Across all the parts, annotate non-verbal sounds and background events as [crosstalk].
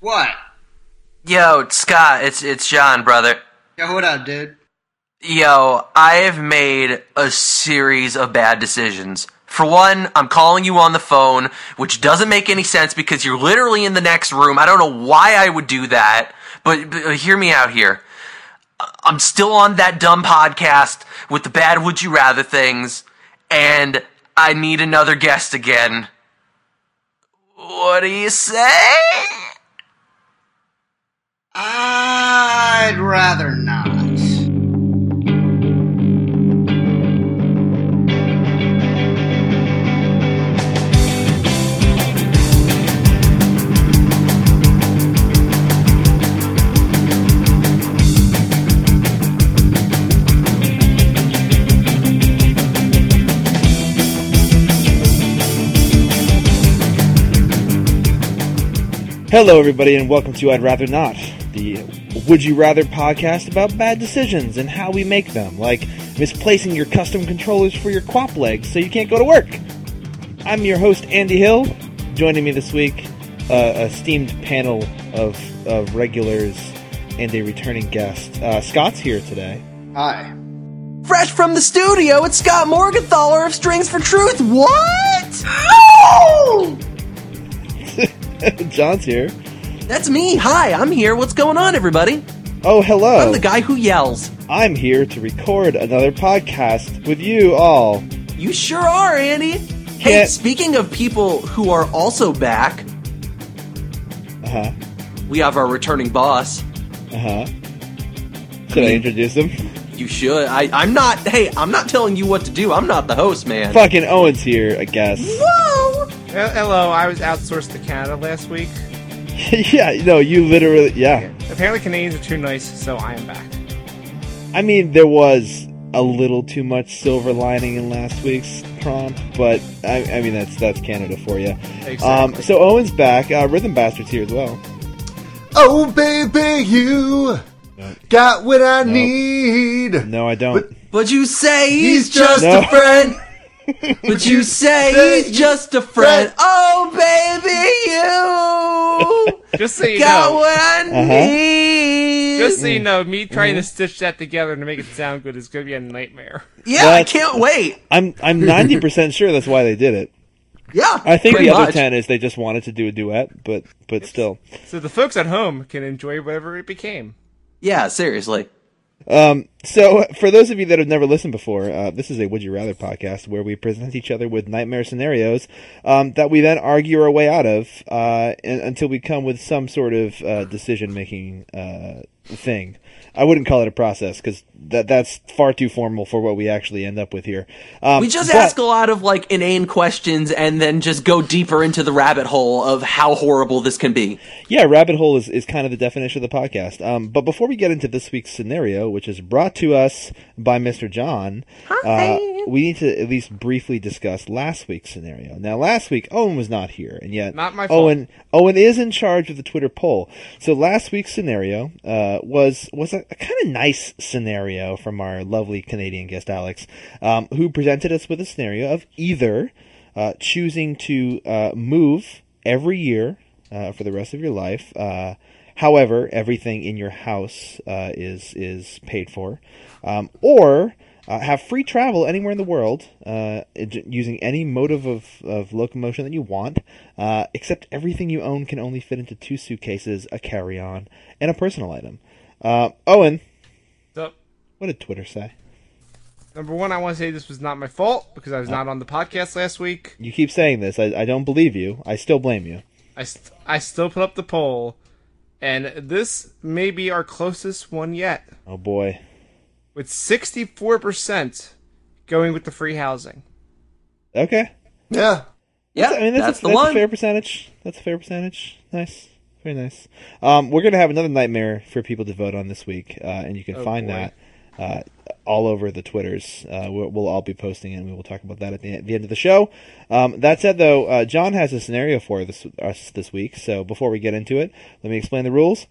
What? Yo, Scott, it's it's John, brother. Yo, what up, dude? Yo, I have made a series of bad decisions. For one, I'm calling you on the phone, which doesn't make any sense because you're literally in the next room. I don't know why I would do that, but, but uh, hear me out here. I'm still on that dumb podcast with the bad would you rather things, and I need another guest again. What do you say? I'd rather not. Hello, everybody, and welcome to I'd Rather Not, the Would You Rather podcast about bad decisions and how we make them, like misplacing your custom controllers for your quap legs so you can't go to work. I'm your host, Andy Hill. Joining me this week, uh, a esteemed panel of, of regulars and a returning guest. Uh, Scott's here today. [laughs] Hi. Fresh from the studio, it's Scott Morgenthaler of Strings for Truth. What? John's here. That's me. Hi, I'm here. What's going on, everybody? Oh, hello. I'm the guy who yells. I'm here to record another podcast with you all. You sure are, Andy. Hey, Yeah. speaking of people who are also back, Uh huh. we have our returning boss. Uh huh. Should I introduce him? You should. I, I'm not. Hey, I'm not telling you what to do. I'm not the host, man. Fucking Owen's here, I guess. Whoa! Hel- Hello, I was outsourced to Canada last week. [laughs] yeah, no, you literally. Yeah. Apparently, Canadians are too nice, so I am back. I mean, there was a little too much silver lining in last week's prompt, but I, I mean, that's that's Canada for you. Exactly. Um, so Owen's back. Uh, Rhythm Bastard's here as well. Oh, baby, you got what I need. No, I don't. But you say he's, He's just just No. a friend. [laughs] But you say he's just a friend. Oh, baby, you Just so you got know, what I Uh-huh. need. just so you know, me trying Mm-hmm. to stitch that together to make it sound good is going to be a nightmare. yeah, I That's- can't wait. I'm I'm ninety percent sure that's why they did it. Yeah, I think pretty the other much. ten is they just wanted to do a duet, but but still. So the folks at home can enjoy whatever it became. Yeah, seriously. Um, so, for those of you that have never listened before, uh, this is a Would You Rather podcast where we present each other with nightmare scenarios um, that we then argue our way out of uh, and, until we come with some sort of uh, decision making uh, thing. I wouldn't call it a process because that, that's far too formal for what we actually end up with here. Um, We just but- ask a lot of like inane questions and then just go deeper into the rabbit hole of how horrible this can be. Yeah, rabbit hole is, is kind of the definition of the podcast. Um, but before we get into this week's scenario, which is brought to us by Mr. John, uh, we need to at least briefly discuss last week's scenario. Now, last week Owen was not here, and yet Not my fault. Owen Owen is in charge of the Twitter poll. So last week's scenario uh, was was a, a kind of nice scenario from our lovely Canadian guest Alex, um, who presented us with a scenario of either uh, choosing to uh, move every year uh, for the rest of your life. Uh, however, everything in your house uh, is is paid for, um, or uh, have free travel anywhere in the world uh, j- using any mode of, of, of locomotion that you want, uh, except everything you own can only fit into two suitcases, a carry on, and a personal item. Uh, Owen, So, what did Twitter say? number one, I want to say this was not my fault because I was not on the podcast last week. You keep saying this. I, I don't believe you. I still blame you. I, st- I still put up the poll, and this may be our closest one yet, Oh boy. with 64% going with the free housing. Okay. Yeah. Yeah, I mean, that's, that's a, the that's one. a fair percentage. That's a fair percentage. Nice. Very nice. Um, we're going to have another nightmare for people to vote on this week, uh, and you can Oh, find boy. that uh, all over the Twitters. Uh, we'll, we'll all be posting it, and we will talk about that at the, at the end of the show. Um, that said, though, uh, John has a scenario for this, us this week, so before we get into it, let me explain the rules.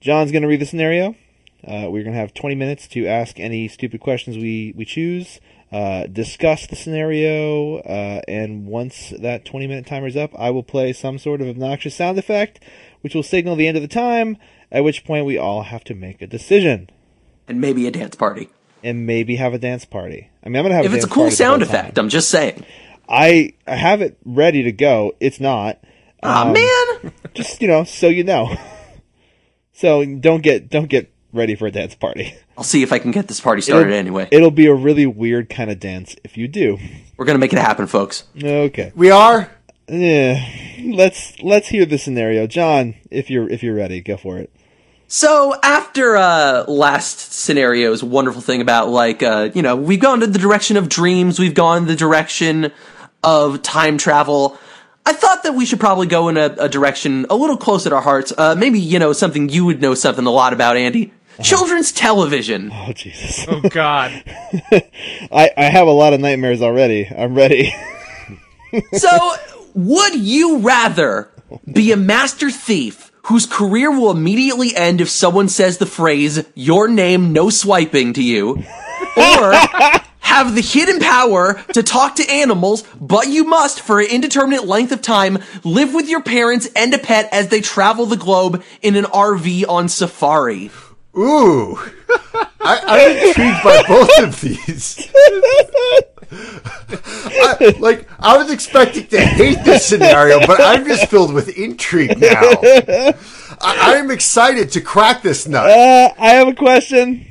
John's going to read the scenario. Uh, we're going to have 20 minutes to ask any stupid questions we, we choose, uh, discuss the scenario, uh, and once that 20 minute timer is up, I will play some sort of obnoxious sound effect, which will signal the end of the time, at which point we all have to make a decision and maybe a dance party. and maybe have a dance party. I mean, I'm going to have If a it's a dance cool party the sound whole time. effect, I'm just saying. I, I have it ready to go. It's not. Um, Ah man, Just, you know, so you know. [laughs] so don't get don't get ready for a dance party. [laughs] I'll see if I can get this party started anyway. It'll be a really weird kind of dance if you do. We're gonna make it happen, folks. Okay. We are. Eh, let's let's hear the scenario, John. If you're if you're ready, go for it. So after uh, last scenario's wonderful thing about like uh, you know we've gone to the direction of dreams, we've gone the direction of time travel. I thought that we should probably go in a, a direction a little close at our hearts. Uh, maybe you know something you would know something a lot about, Andy. Children's television. Oh Jesus! Oh God. I I have a lot of nightmares already. I'm ready. [laughs] So, would you rather be a master thief whose career will immediately end if someone says the phrase, your name, no swiping to you, or have the hidden power to talk to animals, but you must, for an indeterminate length of time, live with your parents and a pet as they travel the globe in an RV on safari? Ooh. I, I'm intrigued by both of these. I, like, I was expecting to hate this scenario, but I'm just filled with intrigue now. I, I'm excited to crack this nut. Uh, I have a question.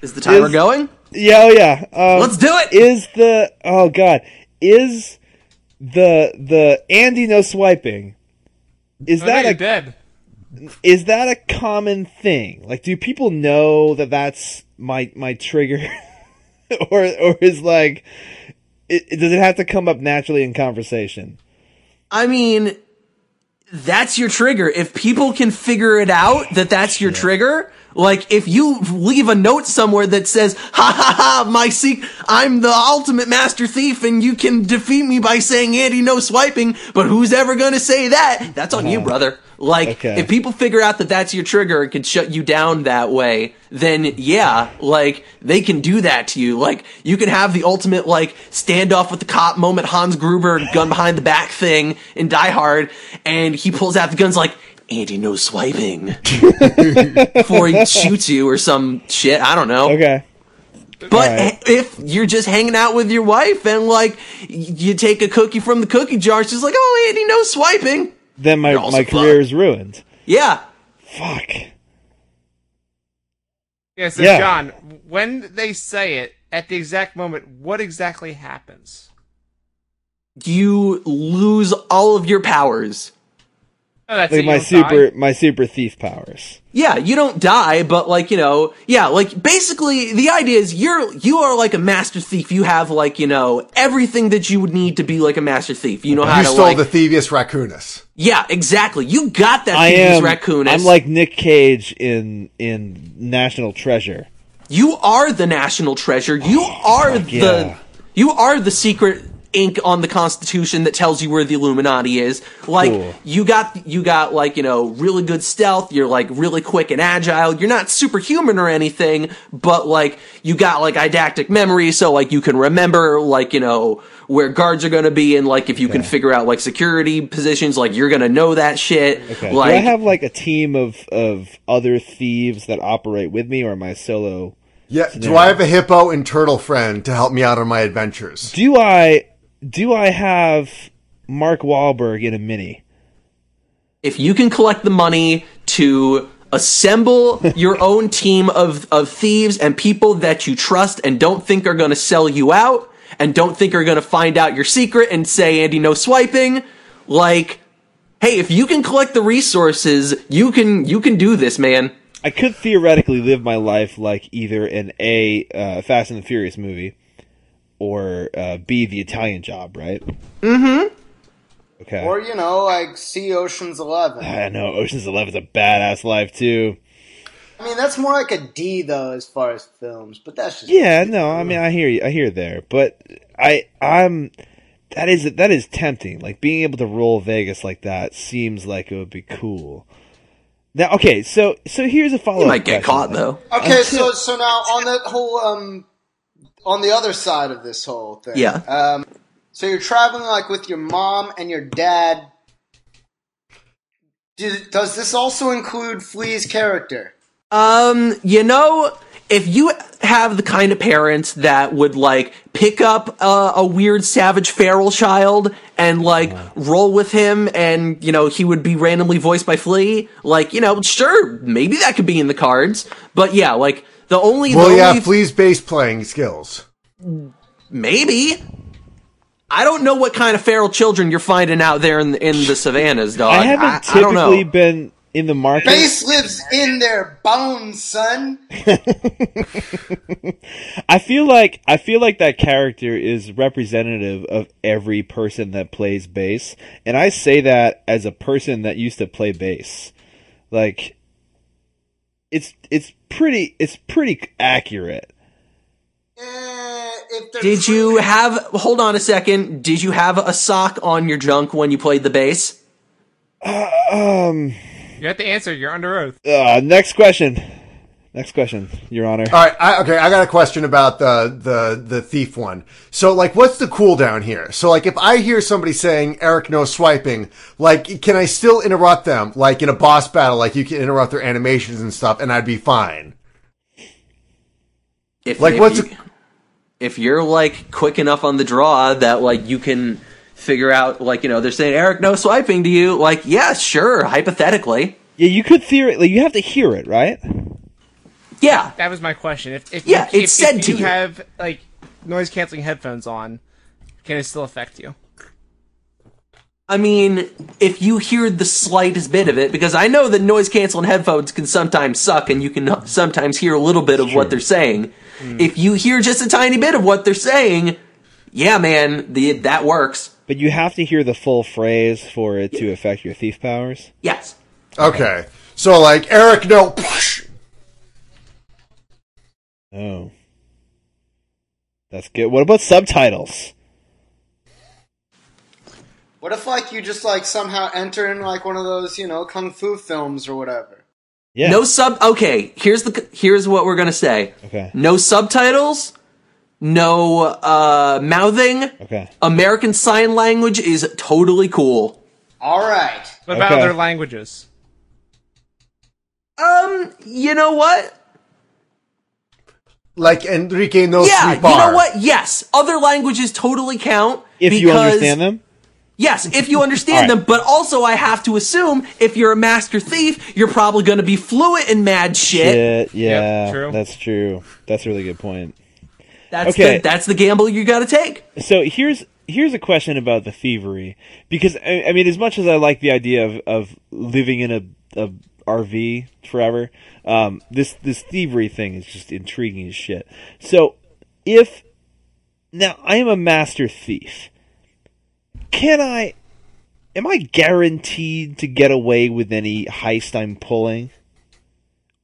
Is the timer going? Yeah, oh yeah. Um, Let's do it! Is the oh god? Is the the Andy no swiping? Is I think that you're a dead. is that a common thing? Like, do people know that that's my my trigger, [laughs] or or is like, it, it- does it have to come up naturally in conversation? I mean, that's your trigger. If people can figure it out that that's your trigger, like if you leave a note somewhere that says, ha ha ha, my seek, I'm the ultimate master thief and you can defeat me by saying Andy no swiping, but who's ever gonna say that? That's on you, brother. Like, Okay. if people figure out that that's your trigger and can shut you down that way, then yeah, like, they can do that to you. Like, you can have the ultimate, like, standoff with the cop moment, Hans Gruber, gun behind the back thing in Die Hard, and he pulls out the guns like, Andy, no [laughs] swiping. Before he shoots you or some shit, I don't know. Okay, But Right. h- if you're just hanging out with your wife and like y- you take a cookie from the cookie jar, she's like, "Oh, Andy, no swiping." then my You're also my career is ruined. Yeah, Fuck. Yeah, so Yeah. John, when they say it at the exact moment, what exactly happens? you lose all of your powers. Oh, that's Like it, my you don't super die. my super thief powers. Yeah, you don't die, but like you know, yeah, like basically the idea is you're you are like a master thief. You have like you know everything that you would need to be like a master thief. You know how You to stole like the Thievius Raccoonus. yeah, exactly. You got that I thieves am raccoon. I'm like Nick Cage in in National Treasure. You are the national treasure. You are the Oh, yeah. you are the secret ink on the Constitution that tells you where the Illuminati is. Like Cool. you got you got like you know really good stealth. You're like really quick and agile. You're not superhuman or anything, but like you got like didactic memory, so like you can remember like you know where guards are going to be and like if you can figure out like security positions, like you're going to know that shit. Okay. Like Do I have like a team of of other thieves that operate with me, or am I solo? Yeah. Do I have a hippo and turtle friend to help me out on my adventures? Do I do I have Mark Wahlberg in a mini? if you can collect the money to assemble your own team of, of thieves and people that you trust and don't think are going to sell you out and don't think are going to find out your secret and say andy no swiping like hey if you can collect the resources you can you can do this man I could theoretically live my life like either an A uh, Fast and the Furious movie or uh, B the Italian Job, right? Mm-hmm. Okay. Or, you know, like see Ocean's Eleven. I know Ocean's Eleven's a badass life too. I mean, that's more like a D, though, as far as films, but that's just. Yeah, no, I mean I hear you, I hear there, but I I'm that is that is tempting. Like being able to roll Vegas like that seems like it would be cool. Now, okay, so so here's a follow up. You might get caught though. Okay, so so now on that whole um, on the other side of this whole thing. Yeah. Um, so you're traveling like with your mom and your dad. Do, does this also include Flea's character? Um, you know, if you have the kind of parents that would like pick up a, a weird savage feral child and like roll with him and you know he would be randomly voiced by flea like you know sure maybe that could be in the cards but yeah like the only Well, the yeah, only- Flea's bass playing skills. maybe i don't know what kind of feral children you're finding out there in the, in the savannas dog I haven't I don't know. typically been in the market. Base lives in their bones, son. I feel like I feel like that character is representative of every person that plays bass, and I say that as a person that used to play bass. Like, it's it's pretty it's pretty accurate. Eh, if they're Did you have? Hold on a second. Did you have a sock on your junk when you played the bass? Um. You have to answer. You're under oath. uh, next question. Next question, Your Honor. All right, I, okay, I got a question about the the the thief one. So, like, what's the cooldown here? So, like, if I hear somebody saying Eric no swiping, like, can I still interrupt them? Like in a boss battle, like you can interrupt their animations and stuff, and I'd be fine. If Like, if what's you- if you're like quick enough on the draw that like you can figure out like you know they're saying Eric no swiping to you like yeah sure hypothetically Yeah, you could theoretically. You have to hear it, right? yeah That was my question. If, if Yeah, if, it's if, said if to you, you. have like noise canceling headphones on, can it still affect you? I mean if you hear the slightest bit of it because I know that noise canceling headphones can sometimes suck and you can sometimes hear a little bit of what they're saying Hmm. if you hear just a tiny bit of what they're saying yeah man the that works But you have to hear the full phrase for it to affect your thief powers. yes Okay, so like Eric no, [laughs] Oh. That's good. What about subtitles? What if like you just like somehow enter in like one of those you know kung fu films or whatever? Yeah. No sub. Okay, here's the here's what we're gonna say. Okay. No subtitles. No uh, mouthing. Okay. American Sign Language is totally cool. All right. What about Okay. other languages? Um, you know what? like Enrique no Yeah, sweet you bar. know what? Yes, other languages totally count. If you understand them. Yes, if you understand All them. right. But also, I have to assume if you're a master thief, you're probably gonna be fluent in mad shit. Yeah, yeah. Yep, true. That's true. That's a really good point. That's Okay. the, that's the gamble you gotta take. So here's here's a question about the thievery because I, I mean, as much as I like the idea of, of living in a, a RV forever, um, this this thievery thing is just intriguing as shit. So if now I am a master thief, can I? Am I guaranteed to get away with any heist I'm pulling?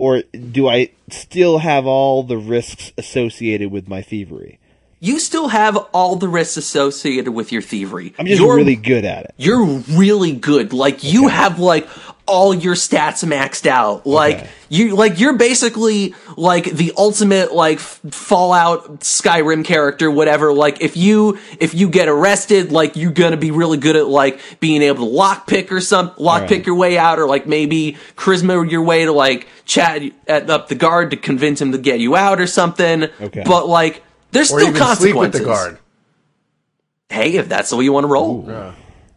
Or do I still have all the risks associated with my thievery? You still have all the risks associated with your thievery. I'm just Your really good at it. you're really good. Like you have like all your stats maxed out. Like you like you're basically like the ultimate like f- Fallout Skyrim character whatever. Like if you if you get arrested, like you're going to be really good at like being able to lockpick or some lockpick your way out or like maybe charisma your way to like chat at, up the guard to convince him to get you out or something. Okay. But like there's Or still even consequences. sleep with the guard. Hey, if that's the way you want to roll, Yeah,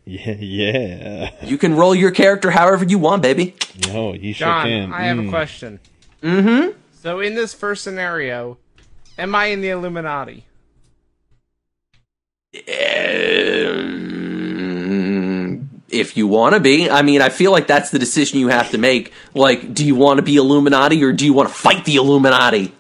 yeah. you can roll your character however you want, baby. No, you sure John, can. I have Mm. a question. Mm-hmm. So in this first scenario, am I in the Illuminati? Um, if you want to be, I mean, I feel like that's the decision you have to make. Like, do you want to be Illuminati or do you want to fight the Illuminati?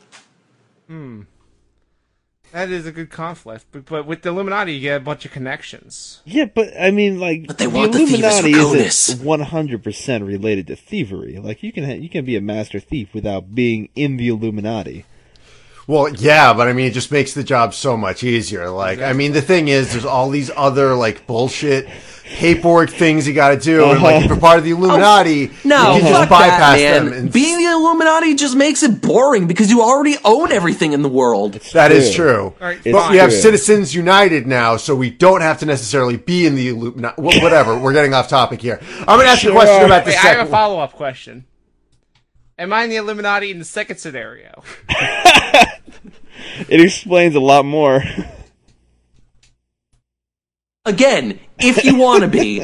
That is a good conflict, but, but with the Illuminati, you get a bunch of connections. Yeah, but I mean, like, they want the thieves Illuminati for isn't one hundred percent related to thievery. Like, you can ha- you can be a master thief without being in the Illuminati. Well, yeah, but I mean, it just makes the job so much easier. Like, I mean, the thing is, there's all these other like bullshit paperwork things you got to do. And, like, if you're part of Oh, the Illuminati, No, you can fuck just bypass that, man. them. And Being the Illuminati just makes it boring because you already own everything in the world. that is true. All right, but fine. we have It's true. Citizens United now, so we don't have to necessarily be in the Illuminati. Wh- Whatever. We're getting off topic here. I'm going to ask you a Sure. question about the Wait, I second. have a follow up question. Am I in the Illuminati in the second scenario? It explains a lot more. [laughs] Again, if you want to [laughs] be,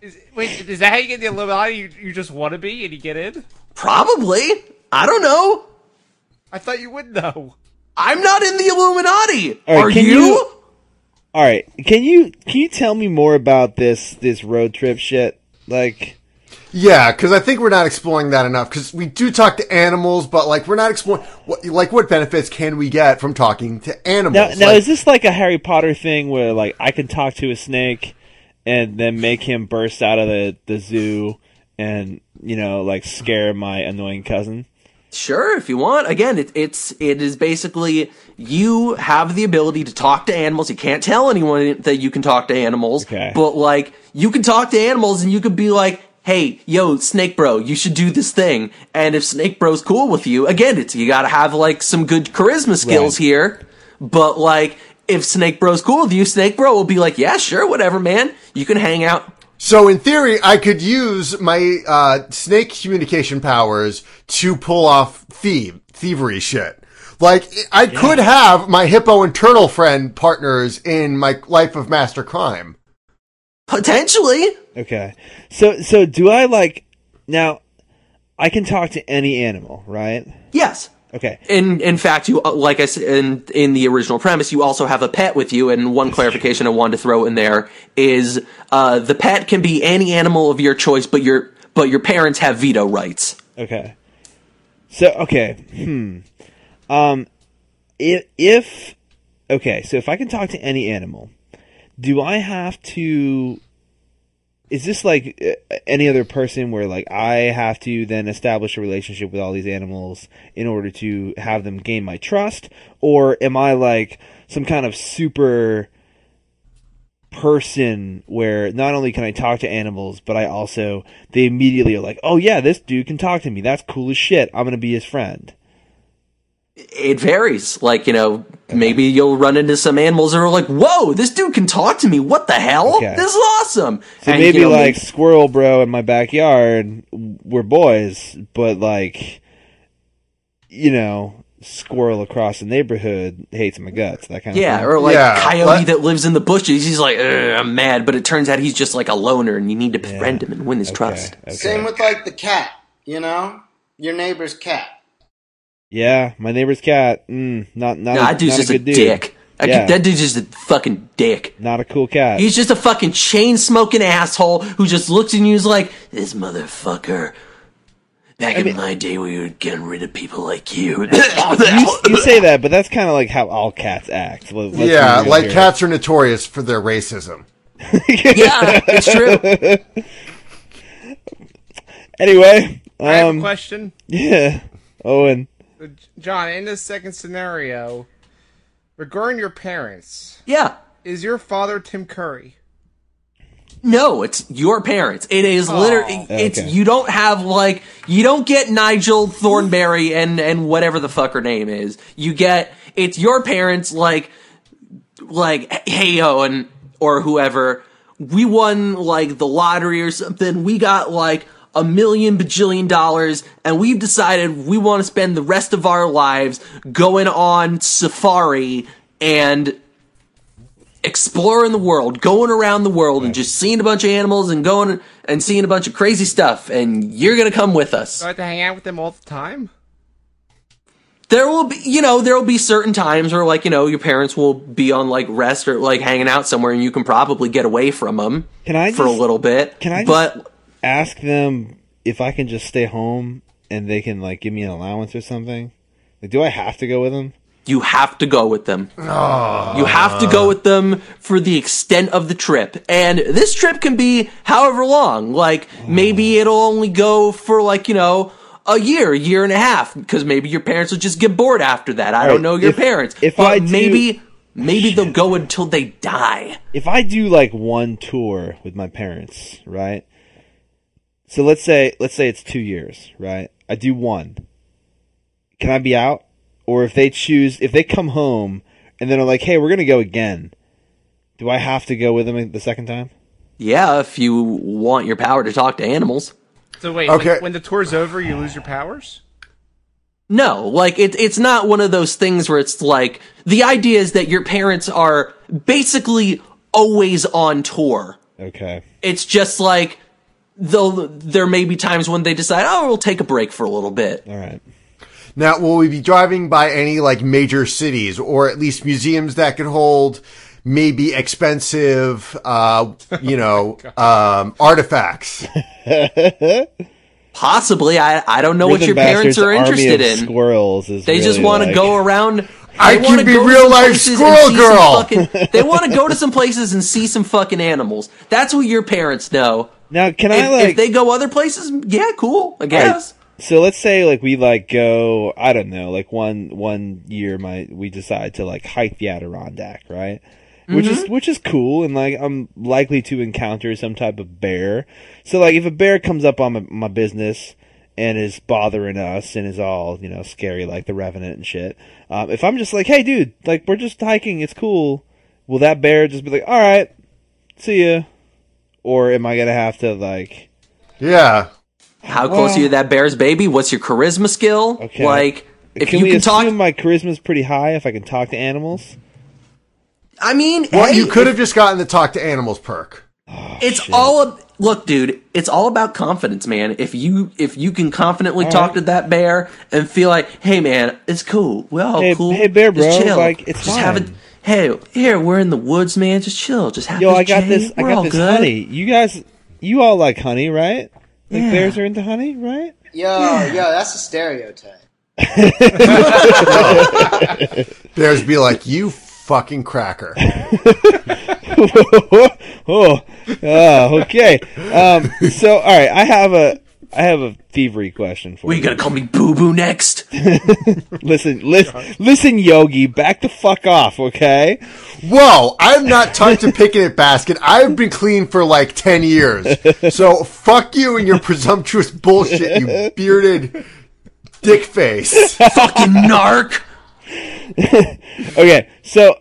Is, wait, is that how you get the Illuminati? You, you just want to be and you get in? probably. I don't know. I thought you would know. I'm not in the Illuminati. All right, Are can you? you- All right, can you can you tell me more about this this road trip shit? Like, Yeah, because I think we're not exploring that enough. Because we do talk to animals, but like we're not exploring what like what benefits can we get from talking to animals? now, now Like, is this like a Harry Potter thing where like I can talk to a snake and then make him burst out of the the zoo and you know like scare my annoying cousin? Sure, if you want. Again, it, it's it is basically you have the ability to talk to animals. You can't tell anyone that you can talk to animals, Okay. but like you can talk to animals and you could be like, "Hey, yo, Snake Bro, you should do this thing." And if Snake Bro's cool with you, again, it's you got to have like some good charisma skills Right. here. But like if Snake Bro's cool with you, Snake Bro will be like, "Yeah, sure, whatever, man. You can hang out." so in theory, I could use my uh, snake communication powers to pull off thieve thievery shit. Like I could have my hippo and turtle friend partners in my life of master crime. Potentially, Okay. So so do I like now I can talk to any animal, right? yes. Okay. In in fact, you uh, like I said in, in the original premise, you also have a pet with you. And one clarification I wanted to throw in there is uh, the pet can be any animal of your choice, but your but your parents have veto rights. Okay. So okay. Hmm. Um if, if okay, so if I can talk to any animal, do I have to is this like uh, any other person where like I have to then establish a relationship with all these animals in order to have them gain my trust or am I like some kind of super person where not only can I talk to animals, but I also they immediately are like, "Oh yeah, this dude can talk to me. That's cool as shit. I'm gonna be his friend." It varies. Like you know, maybe you'll run into some animals that are like, "Whoa, this dude can talk to me! What the hell? Okay. This is awesome!" So And, you maybe know, like squirrel bro in my backyard, we're boys, but like, you know, squirrel across the neighborhood hates my guts. That kind of Yeah, thing. or like Yeah, coyote what- that lives in the bushes. He's like, "Ugh, I'm mad, but it turns out he's just like a loner, and you need to befriend him and win his trust. Okay. Same with like the cat, you know, your neighbor's cat. yeah, my neighbor's cat. Mm, not not, No, a, that dude's not just a a, good dude. dick. I Yeah. could- that dude's just a fucking dick. Not a cool cat. He's just a fucking chain smoking asshole who just looks at you and is like, this motherfucker. Back in my day, we were getting rid of people like you. [laughs] you say that, but that's kind of like how all cats act. Let- let's be yeah, real like here. cats are notorious for their racism. [laughs] [laughs] yeah, it's true. Anyway, I have a um, question. yeah, [laughs] Owen. Uh, J- John, in this second scenario, regarding your parents, Yeah. is your father Tim Curry? No, it's your parents. It is literally. It's Okay. you don't have like you don't get Nigel Thornberry and and whatever the fuck her name is. You get it's your parents like like hey Owen or whoever. We won like the lottery or something. We got like a million bajillion dollars, and we've decided we want to spend the rest of our lives going on safari and exploring the world, going around the world, and just seeing a bunch of animals and going and seeing a bunch of crazy stuff. And you're gonna come with us. Do I have to hang out with them all the time? There will be, you know, there will be certain times where, like, you know, your parents will be on like rest or like hanging out somewhere, and you can probably get away from them Can I for a just- little bit. can I just- But ask them if I can just stay home and they can like give me an allowance or something? Like, do I have to go with them? you have to go with them. You have to go with them for the extent of the trip. And this trip can be however long. Like, maybe it'll only go for, like, you know, a year, a year and a half, because maybe your parents will just get bored after that. I right, don't know your if- parents. if but I do- maybe maybe they'll go until they die. if I do like one tour with my parents, right? So let's say let's say it's two years, right? I do one. Can I be out? Or if they choose, if they come home and then are like, "Hey, we're gonna go again," do I have to go with them the second time? Yeah, if you want your power to talk to animals. So wait, when- Okay. when, the tour's over, you lose your powers. No, like it's it's not one of those things where it's like the idea is that your parents are basically always on tour. Okay. It's just like though there may be times when they decide, oh, we'll take a break for a little bit. All right. Now, will we be driving by any like major cities or at least museums that could hold maybe expensive, uh, you know, um, artifacts? Possibly, I I don't know what Rhythm your parents Bastard's are army interested of in. Squirrels is They just really, want like- to go around. I they could wanna be go to real some life places and squirrel see some girl. fucking- they want to go to some places and see some fucking animals. That's what your parents know. Now, can If, I like? if they go other places, yeah, cool. I guess. So let's say like we like go I don't know like one one year my we decide to like hike the Adirondack right which is which is cool and like I'm likely to encounter some type of bear so like if a bear comes up on my, my business and is bothering us and is all you know scary like the revenant and shit um, if I'm just like hey dude like we're just hiking it's cool will that bear just be like all right see ya or am I gonna have to like Yeah. How close are you to that bear's baby? What's your charisma skill? Okay. Like, if can you we can assume talk, my charisma's pretty high if I can talk to animals? I mean, Well, hey, you could have just gotten the talk to animals perk. It's all ab- look, dude. It's all about confidence, man. If you if you can confidently talk to that bear and feel like, hey, man, it's cool. We're all Hey- cool. hey, bear Just bro, chill. like, it's just have a fine. hey. Here, we're in the woods, man. Just chill. Just have Yo, this I got jade. this. I We're got all this good. honey. You guys, you all like honey, right? Like Yeah. bears are into honey, right? Yo, yeah. yo, that's a stereotype. Bears be like, you fucking cracker. oh, oh, okay. Um, so, all right, I have a, I have a thievery question for What, you. you gonna call me Boo Boo next? Listen, listen, listen, Yogi, back the fuck off, okay? Whoa, I'm not tucked to picking it basket. I've been clean for like 10 years. So fuck you and your presumptuous bullshit, you bearded dick face. Fucking [laughs] narc. Okay, so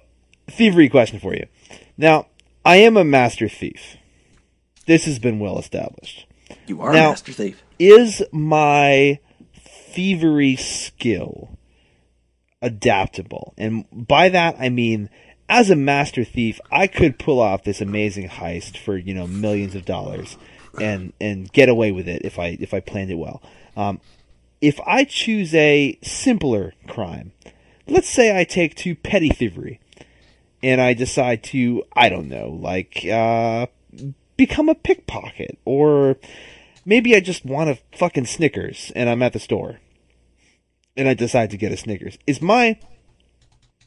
thievery question for you. Now, I am a master thief. This has been well established. You are Now- a master thief. is my thievery skill adaptable? And by that I mean as a master thief, I could pull off this amazing heist for, you know, millions of dollars and and get away with it if I if I planned it well. Um, if I choose a simpler crime, let's say I take to petty thievery and I decide to, I don't know, like uh become a pickpocket or maybe I just want a fucking Snickers and I'm at the store and I decide to get a Snickers. Is my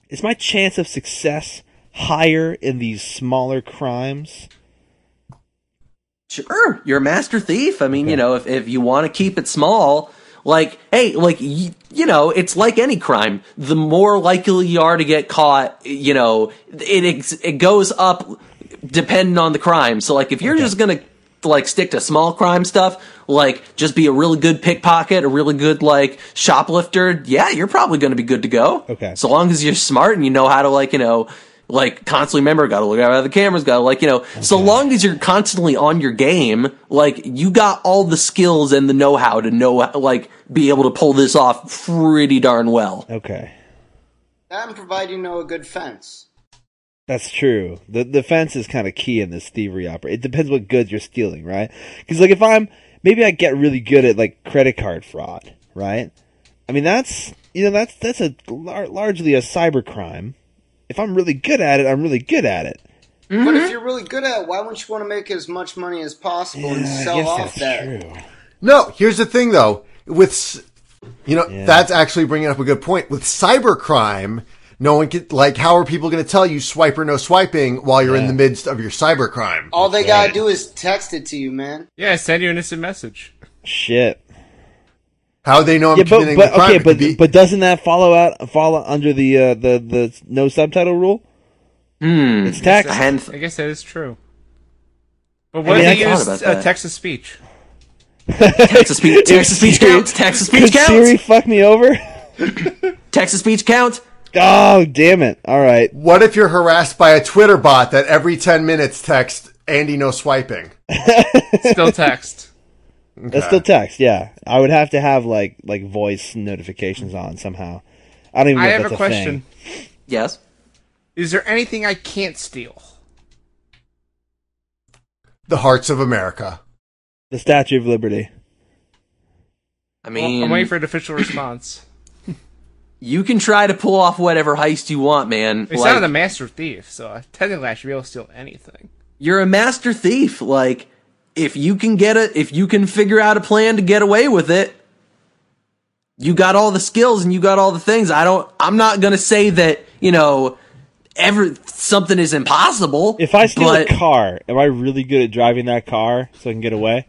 is my chance of success higher in these smaller crimes? Sure, you're a master thief. I mean, you know, if, if you want to keep it small, like, hey, like, y- you know, it's like any crime. The more likely you are to get caught, you know, it ex- it goes up depending on the crime. So, like, if you're just gonna like stick to small crime stuff, like just be a really good pickpocket, a really good like shoplifter, yeah, you're probably gonna be good to go. Okay. So long as you're smart and you know how to like, you know, like constantly remember, gotta look out of the cameras, gotta like, you know, so long as you're constantly on your game, like you got all the skills and the know-how to know, like, be able to pull this off pretty darn well. Okay. That and provide you know a good fence. That's true. The the fence is kind of key in this thievery opera. It depends what goods you're stealing, right? Because like if I'm maybe I get really good at like credit card fraud, right? I mean that's you know that's that's a lar- largely a cyber crime. If I'm really good at it, I'm really good at it. But Mm-hmm. if you're really good at it, why wouldn't you want to make as much money as possible and I sell guess off that's that? true. No, here's the thing though. With, s- you know, that's actually bringing up a good point. With cybercrime, no one can, like, how are people going to tell you swipe or no swiping while you're in the midst of your cybercrime? All they gotta do is text it to you, man. Yeah, send you an instant message. Shit. How would they know I'm Yeah, but, committing but the crime? okay, It could but be- but doesn't that follow out fall under the uh, the the no subtitle rule? Hmm. It's text. I hadn't- I guess that is true. But what mean, if I they thought use about uh, that. text to speech? Texas speech. Texas speech counts. Texas Could speech Siri counts. fuck [laughs] me over? Texas speech counts. Oh damn it! All right, what if you're harassed by a Twitter bot that every 10 minutes texts Andy no swiping? Still text. that's still text. Yeah, I would have to have like like voice notifications on somehow. I don't even. I Know if have that's a question. thing. Yes. Is there anything I can't steal? The hearts of America. The Statue of Liberty. I Well, mean, I'm waiting for an official response. [clears throat] you can try to pull off whatever heist you want, man. They Like, sounded a master thief, so I- technically I should be able to steal anything. you're a master thief. Like, if you can get it, if you can figure out a plan to get away with it, you got all the skills and you got all the things. I don't. I'm not gonna say that you know ever something is impossible. If I steal but a car, am I really good at driving that car so I can get away?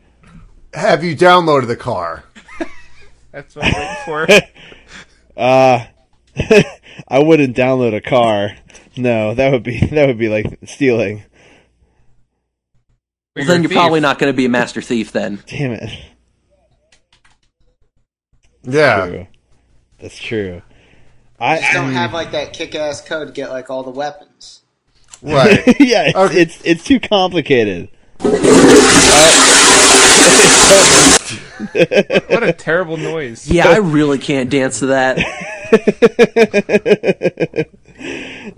Have you downloaded the car? That's what I'm [laughs] waiting for. I wouldn't download a car. No, that would be [laughs] that would be like stealing. well, then you're thief. probably not gonna be a master thief. [laughs] Then Damn it. Yeah. True. That's true. I Just [laughs] don't have like that kick-ass code to get like all the weapons. Right. [laughs] yeah, it's, Okay. it's it's too complicated. What a terrible noise. yeah, I really can't dance to that. [laughs]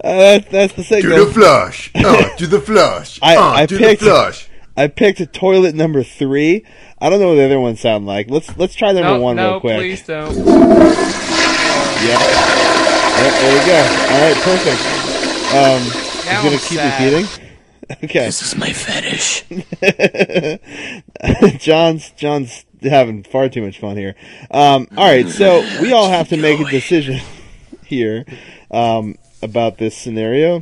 Uh, that, that's the Do the signal. flush. Uh, do the flush. I- uh, I do picked- the flush. I picked toilet number three. I don't know what the other ones sound like. Let's let's try number No, one real no, quick. please don't. Yep, there we go. All right, perfect. Um, Now I'm gonna I'm keep sad. repeating. [laughs] Okay, This is my fetish. John's John's having far too much fun here. Um, all right, so we all have to make a decision [laughs] here um, about this scenario.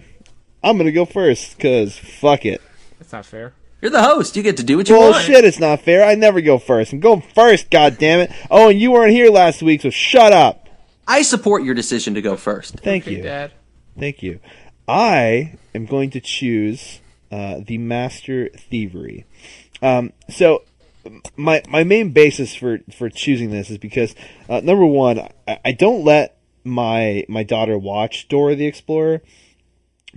I'm gonna go first because fuck it. That's not fair. You're the host. You get to do what you want. Bullshit! It's not fair. I never go first. I'm going first. God damn it! Oh, and you weren't here last week, so shut up. I support your decision to go first. Thank Okay, you. Dad. Thank you. I am going to choose uh, the Master Thievery. Um, so my my main basis for, for choosing this is because uh, number one, I, I don't let my my daughter watch Dora the Explorer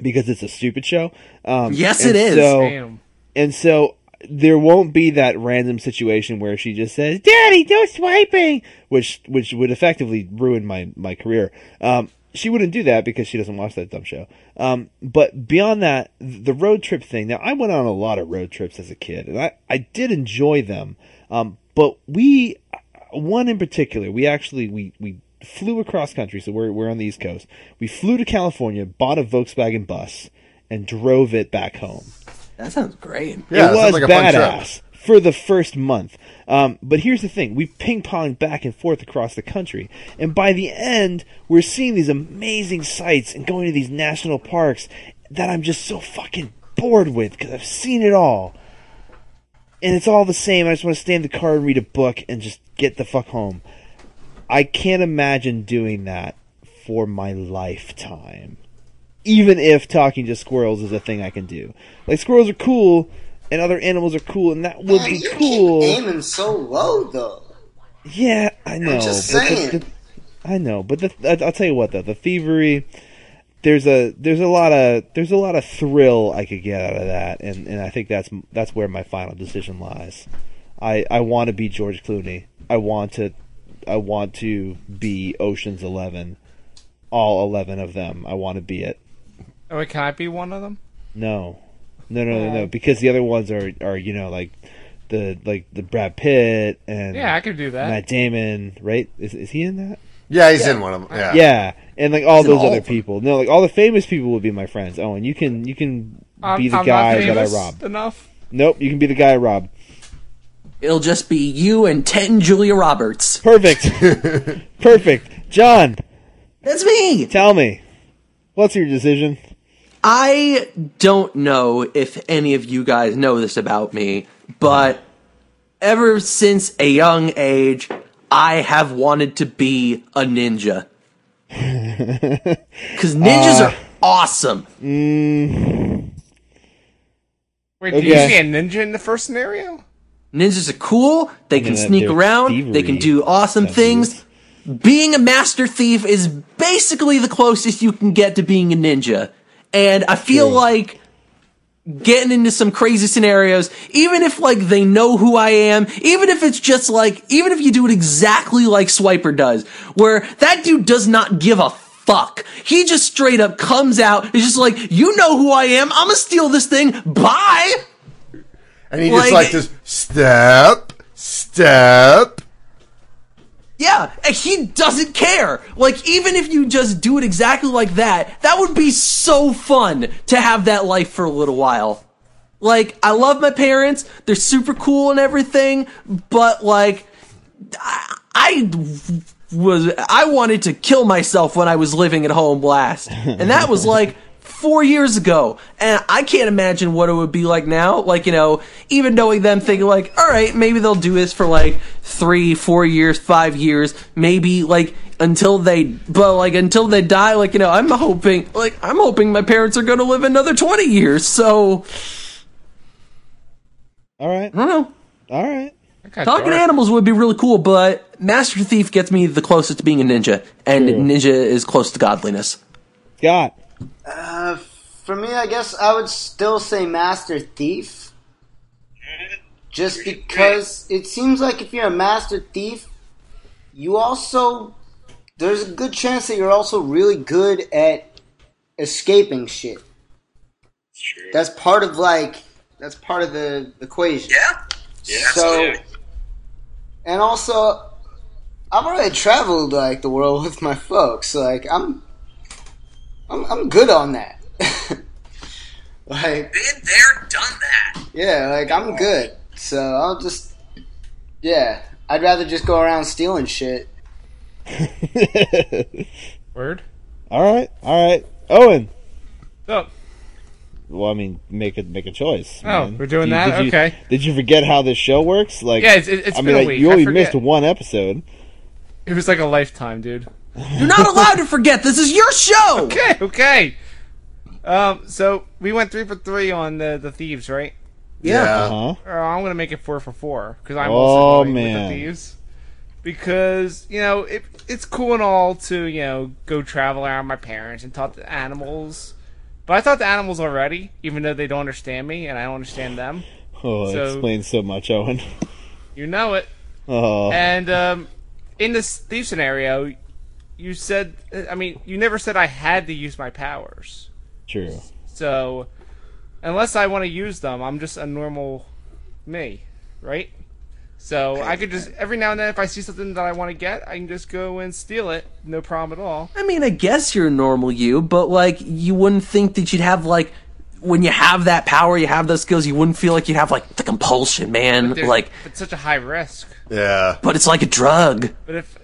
because it's a stupid show. Um, Yes, it and is. so- Damn. and so there won't be that random situation where she just says, "Daddy, no swiping," which which would effectively ruin my my career. Um, she wouldn't do that because she doesn't watch that dumb show. Um, but beyond that, th- the road trip thing. Now, I went on a lot of road trips as a kid, and I I did enjoy them. Um, but we one in particular, we actually we we flew across country, so we're we're on the East Coast. We flew to California, bought a Volkswagen bus, and drove it back home That sounds great. it Yeah, that was sounds like a fun trip. badass for the first month. Um, but here's the thing: we ping ponged back and forth across the country, and by the end, we're seeing these amazing sights and going to these national parks that I'm just so fucking bored with because I've seen it all, and it's all the same. I just want to stay in the car and read a book and just get the fuck home. I can't imagine doing that for my lifetime even if talking to squirrels is a thing I can do. Like squirrels are cool and other animals are cool and that would Man, be you cool. keep aiming so low though. Yeah, I know. just but the- saying. the- I know, but the, I, I'll tell you what though, the thievery. There's a there's a lot of there's a lot of thrill I could get out of that, and, and I think that's that's where my final decision lies. I, I want to be George Clooney. I want to I want to be Ocean's Eleven, all eleven of them. I want to be it. Oh, wait, can I be one of them? No, no, no, no, no. Because the other ones are are you know like the like the Brad Pitt and Yeah, I could do that. Matt Damon, right? Is is he in that? Yeah, he's in one of them. Yeah. Yeah, and like all He's in those all other of them. people. No, like all the famous people would be my friends. Oh, and you can you can I'm- be the I'm not guy that I famous robbed. Enough. Nope, you can be the guy I robbed. It'll just be you and Ten Julia Roberts. [laughs] Perfect, perfect. John, That's me. tell me, what's your decision? I don't know if any of you guys know this about me, but ever since a young age, I have wanted to be a ninja. Because ninjas are awesome. Wait, did Okay. you see a ninja in the first scenario? Ninjas are cool. They can Yeah, sneak they're around. They can thievery do awesome that things. Being a master thief is basically the closest you can get to being a ninja. And I feel like getting into some crazy scenarios, even if like they know who I am, even if it's just like, even if you do it exactly like Swiper does, where that dude does not give a fuck. He just straight up comes out, is just like, you know who I am, I'm gonna steal this thing, bye! And he Like- just like this step, step. Yeah, and he doesn't care. Like, even if you just do it exactly like that, that would be so fun to have that life for a little while. Like, I love my parents, they're super cool and everything, but like, I, I was, I wanted to kill myself when I was living at home last. And that was like, Four years ago, and I can't imagine what it would be like now. Like, you know, even knowing them thinking, like, all right, maybe they'll do this for like three, four years, five years, maybe like until they, but like until they die, like, you know, I'm hoping, like, I'm hoping my parents are going to live another 20 years. So, All right. I don't know. All right. That got Talking dark. animals would be really cool, but Master Thief gets me the closest to being a ninja, and ninja is close to godliness. Scott. Uh, for me, I guess I would still say Master Thief. Mm-hmm. Just because it seems like if you're a Master Thief, you also. There's a good chance that you're also really good at escaping shit. That's part of, like. That's part of the equation. Yeah. Yeah. So, absolutely. and also, I've already traveled like the world [laughs] with my folks. Like I'm, I'm, I'm good on that. [laughs] like been there, done that. yeah, like I'm good. So I'll just, yeah, I'd rather just go around stealing shit. Word. [laughs] All right. All right. Owen. So Well, I mean, make a make a choice. man. Oh, we're doing that? Did you, Okay. Did you forget how this show works? Like, Yeah, it's- it's- it's I been mean, a like, week. you I only forget. missed one episode. it was like a lifetime, dude. You're not allowed to forget. This is your show. Okay, okay. Um, so we went three for three on the the thieves, right? Huh? Or I'm gonna make it four for four because I'm Oh, also going man. with the thieves. Because you know it, it's cool and all to you know go travel around my parents and talk to animals, but I talk to animals already, even though they don't understand me and I don't understand them. Oh, that So- explains so much, Owen. [laughs] You know it. Oh, And um, in this thief scenario, you said, I mean, you never said I had to use my powers. true. So, unless I want to use them, I'm just a normal me, right? So I could just every now and then, if I see something that I want to get, I can just go and steal it, no problem at all. I mean, I guess you're a normal you, but like, you wouldn't think that you'd have like, when you have that power, you have those skills, you wouldn't feel like you'd have like the compulsion, man. There's- like, it's such a high risk. Yeah. but it's like a drug. But if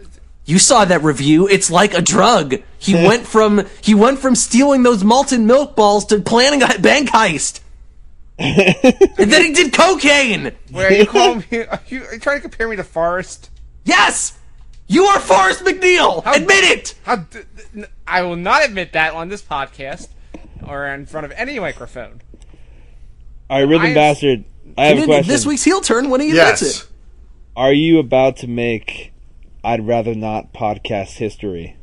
You saw that review. It's like a drug. [laughs] He went from he went from stealing those malted milk balls to planning a bank [laughs] heist. and then he did cocaine. where you call me, [laughs] are you, are you trying to compare me to Forrest? Yes, you are Forrest McNeil. Admit it. How d- th- n- I will not admit that on this podcast or in front of any microphone. All right, rhythm I- bastard. I have a Didn't it? question. This week's heel turn when he admits Yes. it. Are you about to make? I'd rather not podcast history.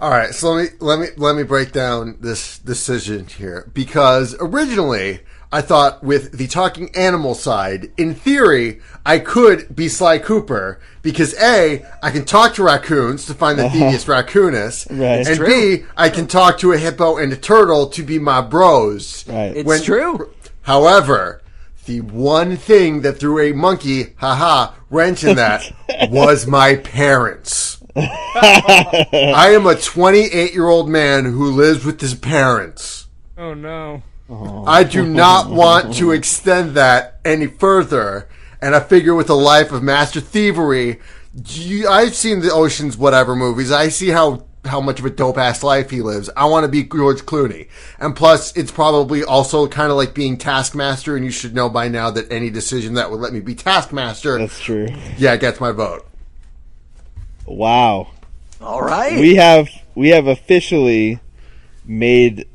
All right, so let me let me let me break down this decision here because originally I thought with the talking animal side, in theory, I could be Sly Cooper because a I can talk to raccoons to find the thieviest raccoonist, Uh-huh. Right. It's and b I can talk to a hippo and a turtle to be my bros. Right. It's When- true. However, the one thing that threw a monkey, haha, wrench in that was my parents. I am a 28 year old man who lives with his parents. Oh no. [laughs] I do not want to extend that any further. And I figure with the life of master thievery, you- I've seen the Ocean's Whatever movies. I see how how much of a dope ass life he lives. I want to be George Clooney. And plus, it's probably also kind of like being Taskmaster, and you should know by now that any decision that would let me be Taskmaster, That's true. yeah, it gets my vote. Wow. All right. We have we have officially made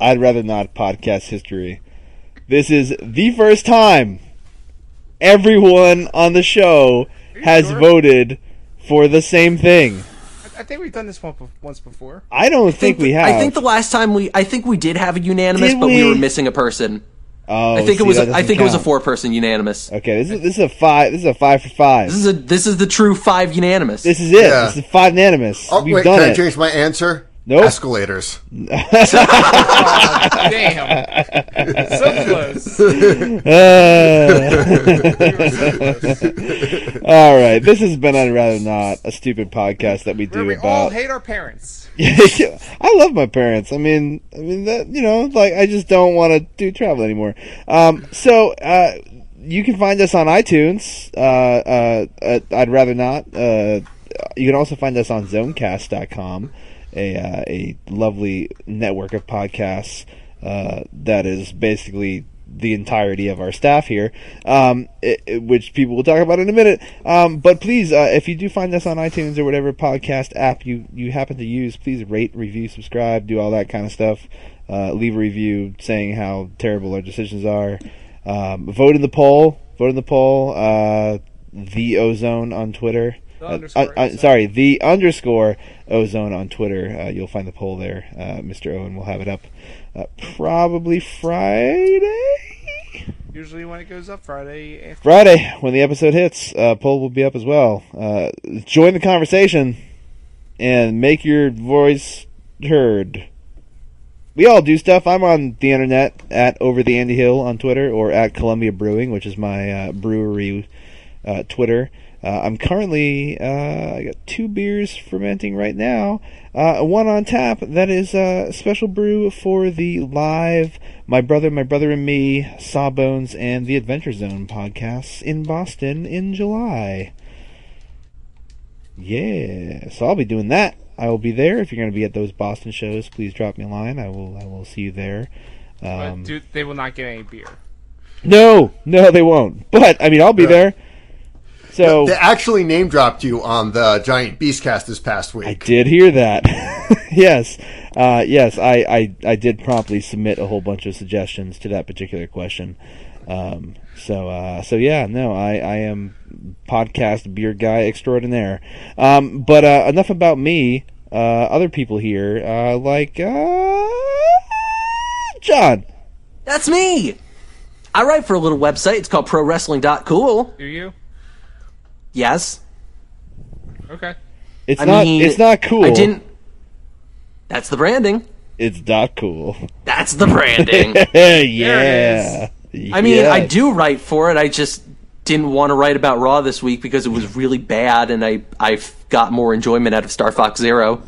I'd rather not podcast history. This is the first time everyone on the show has sure? voted for the same thing. I think we've done this one bef- once before. I don't think, we have. I think the last time we, I think we did have a unanimous, Did but we? we? were missing a person. oh, I think see, it was, that a, I doesn't think it was a count. four-person unanimous. Okay, this is this is a five. This is a five for five. This is a, this is the true five unanimous. This is it. Yeah. This is five unanimous. Oh, We've wait, done can I it. change my answer? Nope. Escalators. Damn. so close. [laughs] All right, this has been I'd rather not a stupid podcast that we Where do we all about. hate our parents. [laughs] I love my parents. I mean, I mean that you know, like I just don't want to do travel anymore. Um, so uh, you can find us on iTunes. Uh, uh, uh, I'd rather not. Uh, you can also find us on Zonecast.com, a uh, a lovely network of podcasts uh, that is basically the entirety of our staff here, um, it- it- which people will talk about in a minute. Um, but please, uh, if you do find us on iTunes or whatever podcast app you, you happen to use, please rate, review, subscribe, do all that kind of stuff. Uh, leave a review saying how terrible our decisions are. Um, vote in the poll. Vote in the poll. Uh, the ozone on Twitter. The Uh, underscore uh, uh, Ozone. sorry, the underscore ozone on Twitter. Uh, you'll find the poll there. Uh, Mr. Owen will have it up uh, probably Friday. Usually when it goes up Friday after Friday, when the episode hits, uh, poll will be up as well. Uh, join the conversation and make your voice heard. We all do stuff. I'm on the internet at Over the Andy Hill on Twitter or at Columbia Brewing, which is my uh, brewery uh, Twitter. Uh, I'm currently uh, I got two beers fermenting right now. Uh, one on tap that is a special brew for the live "My Brother, My Brother and Me," Sawbones, and the Adventure Zone podcasts in Boston in July. Yeah, so I'll be doing that. I will be there. If you're going to be at those Boston shows, please drop me a line. I will. I will see you there. but Um, dude, they will not get any beer. no, no, they won't. But I mean, I'll be there. So They actually name dropped you on the Giant Beast cast this past I week. did hear that. [laughs] yes, uh, yes, I, I, I did promptly submit a whole bunch of suggestions to that particular question. Um, so uh, so yeah, no, I, I am podcast beer guy extraordinaire. Um, but uh, enough about me. Uh, other people here, uh, like uh, John. That's me. I write for a little website. It's called ProWrestling.cool. Do you? Yes. Okay. It's I not. mean, it's not cool. I didn't. That's the branding. It's not cool. [laughs] That's the branding. yeah. I mean, I Yes. do write for it. I just didn't want to write about Raw this week because it was really bad, and I I got more enjoyment out of Star Fox Zero.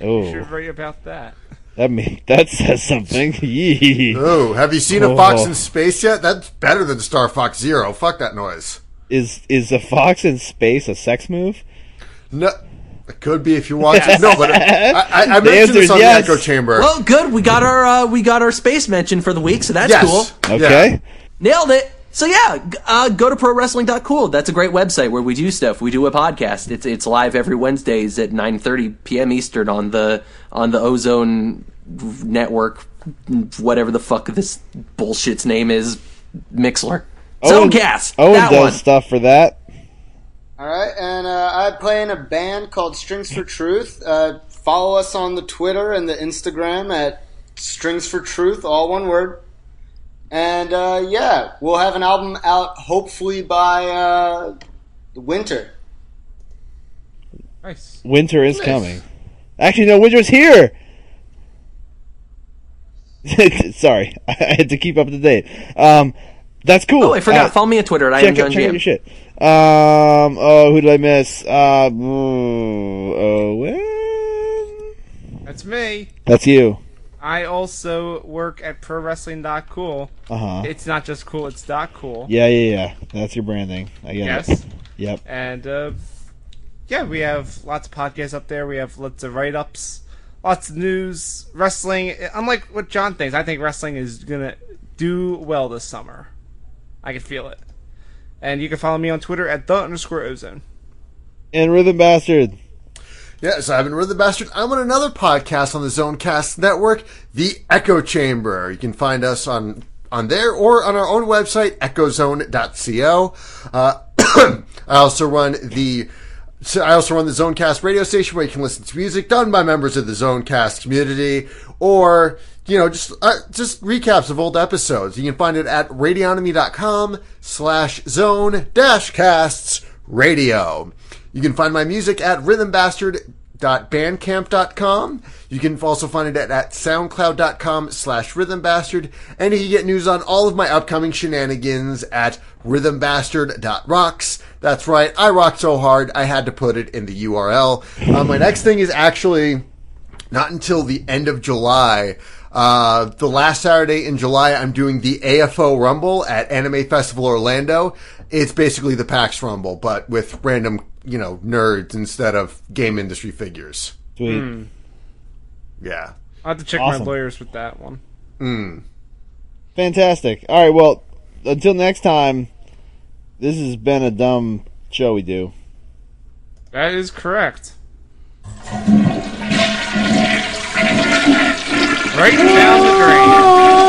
Oh, Should worry about that. that mean, [laughs] that says something. [laughs] Yee. Ooh, have you seen a fox Oh. in space yet? That's better than Star Fox Zero. Fuck that noise. Is is a fox in space a sex move? No, it could be if you want [laughs] to. No, but I, I, I The mentioned answer is this on yes. the echo chamber. Well, good. We got our uh, we got our space mention for the week, so that's yes. cool. Yeah. Okay. Nailed it. So yeah, g- uh, go to prowrestling.cool. That's a great website where we do stuff. We do a podcast. It's it's live every Wednesdays at 9:30 p.m. Eastern on the on the Ozone network whatever the fuck this bullshit's name is Mixler. Owen- Zonecast. Owen that does one. stuff for that. All right, and uh, I play in a band called Strings for Truth. Uh, follow us on the Twitter and the Instagram at Strings for Truth, all one word. And uh, yeah, we'll have an album out hopefully by uh, the winter. Nice. Winter is Nice. coming. Actually, no, winter's here. [laughs] Sorry, [laughs] I had to keep up to date. Um, that's cool. Oh, I forgot. Uh, Follow me on Twitter at I am check John out, check out Jam. your shit. Um, oh, who did I miss? Uh, mm, Owen. That's me. That's you. I also work at Pro Wrestling Dot Cool. Uh huh. It's not just cool; it's dot cool. Yeah, yeah, yeah. That's your branding. I get it. Yes. Yep. And uh, yeah, we have lots of podcasts up there. We have lots of write ups, lots of news, wrestling. Unlike what John thinks, I think wrestling is gonna do well this summer. I can feel it. And you can follow me on Twitter at the underscore ozone. And Rhythm Bastard. Yes, I've been Rhythm Bastard. I'm on another podcast on the Zonecast Network, The Echo Chamber. You can find us on on there or on our own website, echozone.co. Uh, [clears throat] I also run the so I also run the Zonecast radio station where you can listen to music done by members of the Zonecast community or you know just uh, just recaps of old episodes. You can find it at radionomy.com slash zone dash casts radio. You can find my music at rhythmbastard.bandcamp.com. You can also find it at, at soundcloud.com slash rhythmbastard. And you can get news on all of my upcoming shenanigans at rhythmbastard.rocks. That's right. I rocked so hard I had to put it in the URL. Uh, my next thing is actually not until the end of July. Uh, the last Saturday in July, I'm doing the AFO Rumble at Anime Festival Orlando. It's basically the PAX Rumble, but with random, you know, nerds instead of game industry figures. Hmm. Sweet. Yeah. I'll have to check Awesome. my lawyers with that one. Fantastic. All right, well, until next time, this has been a dumb show we do. That is correct. Right down the drain.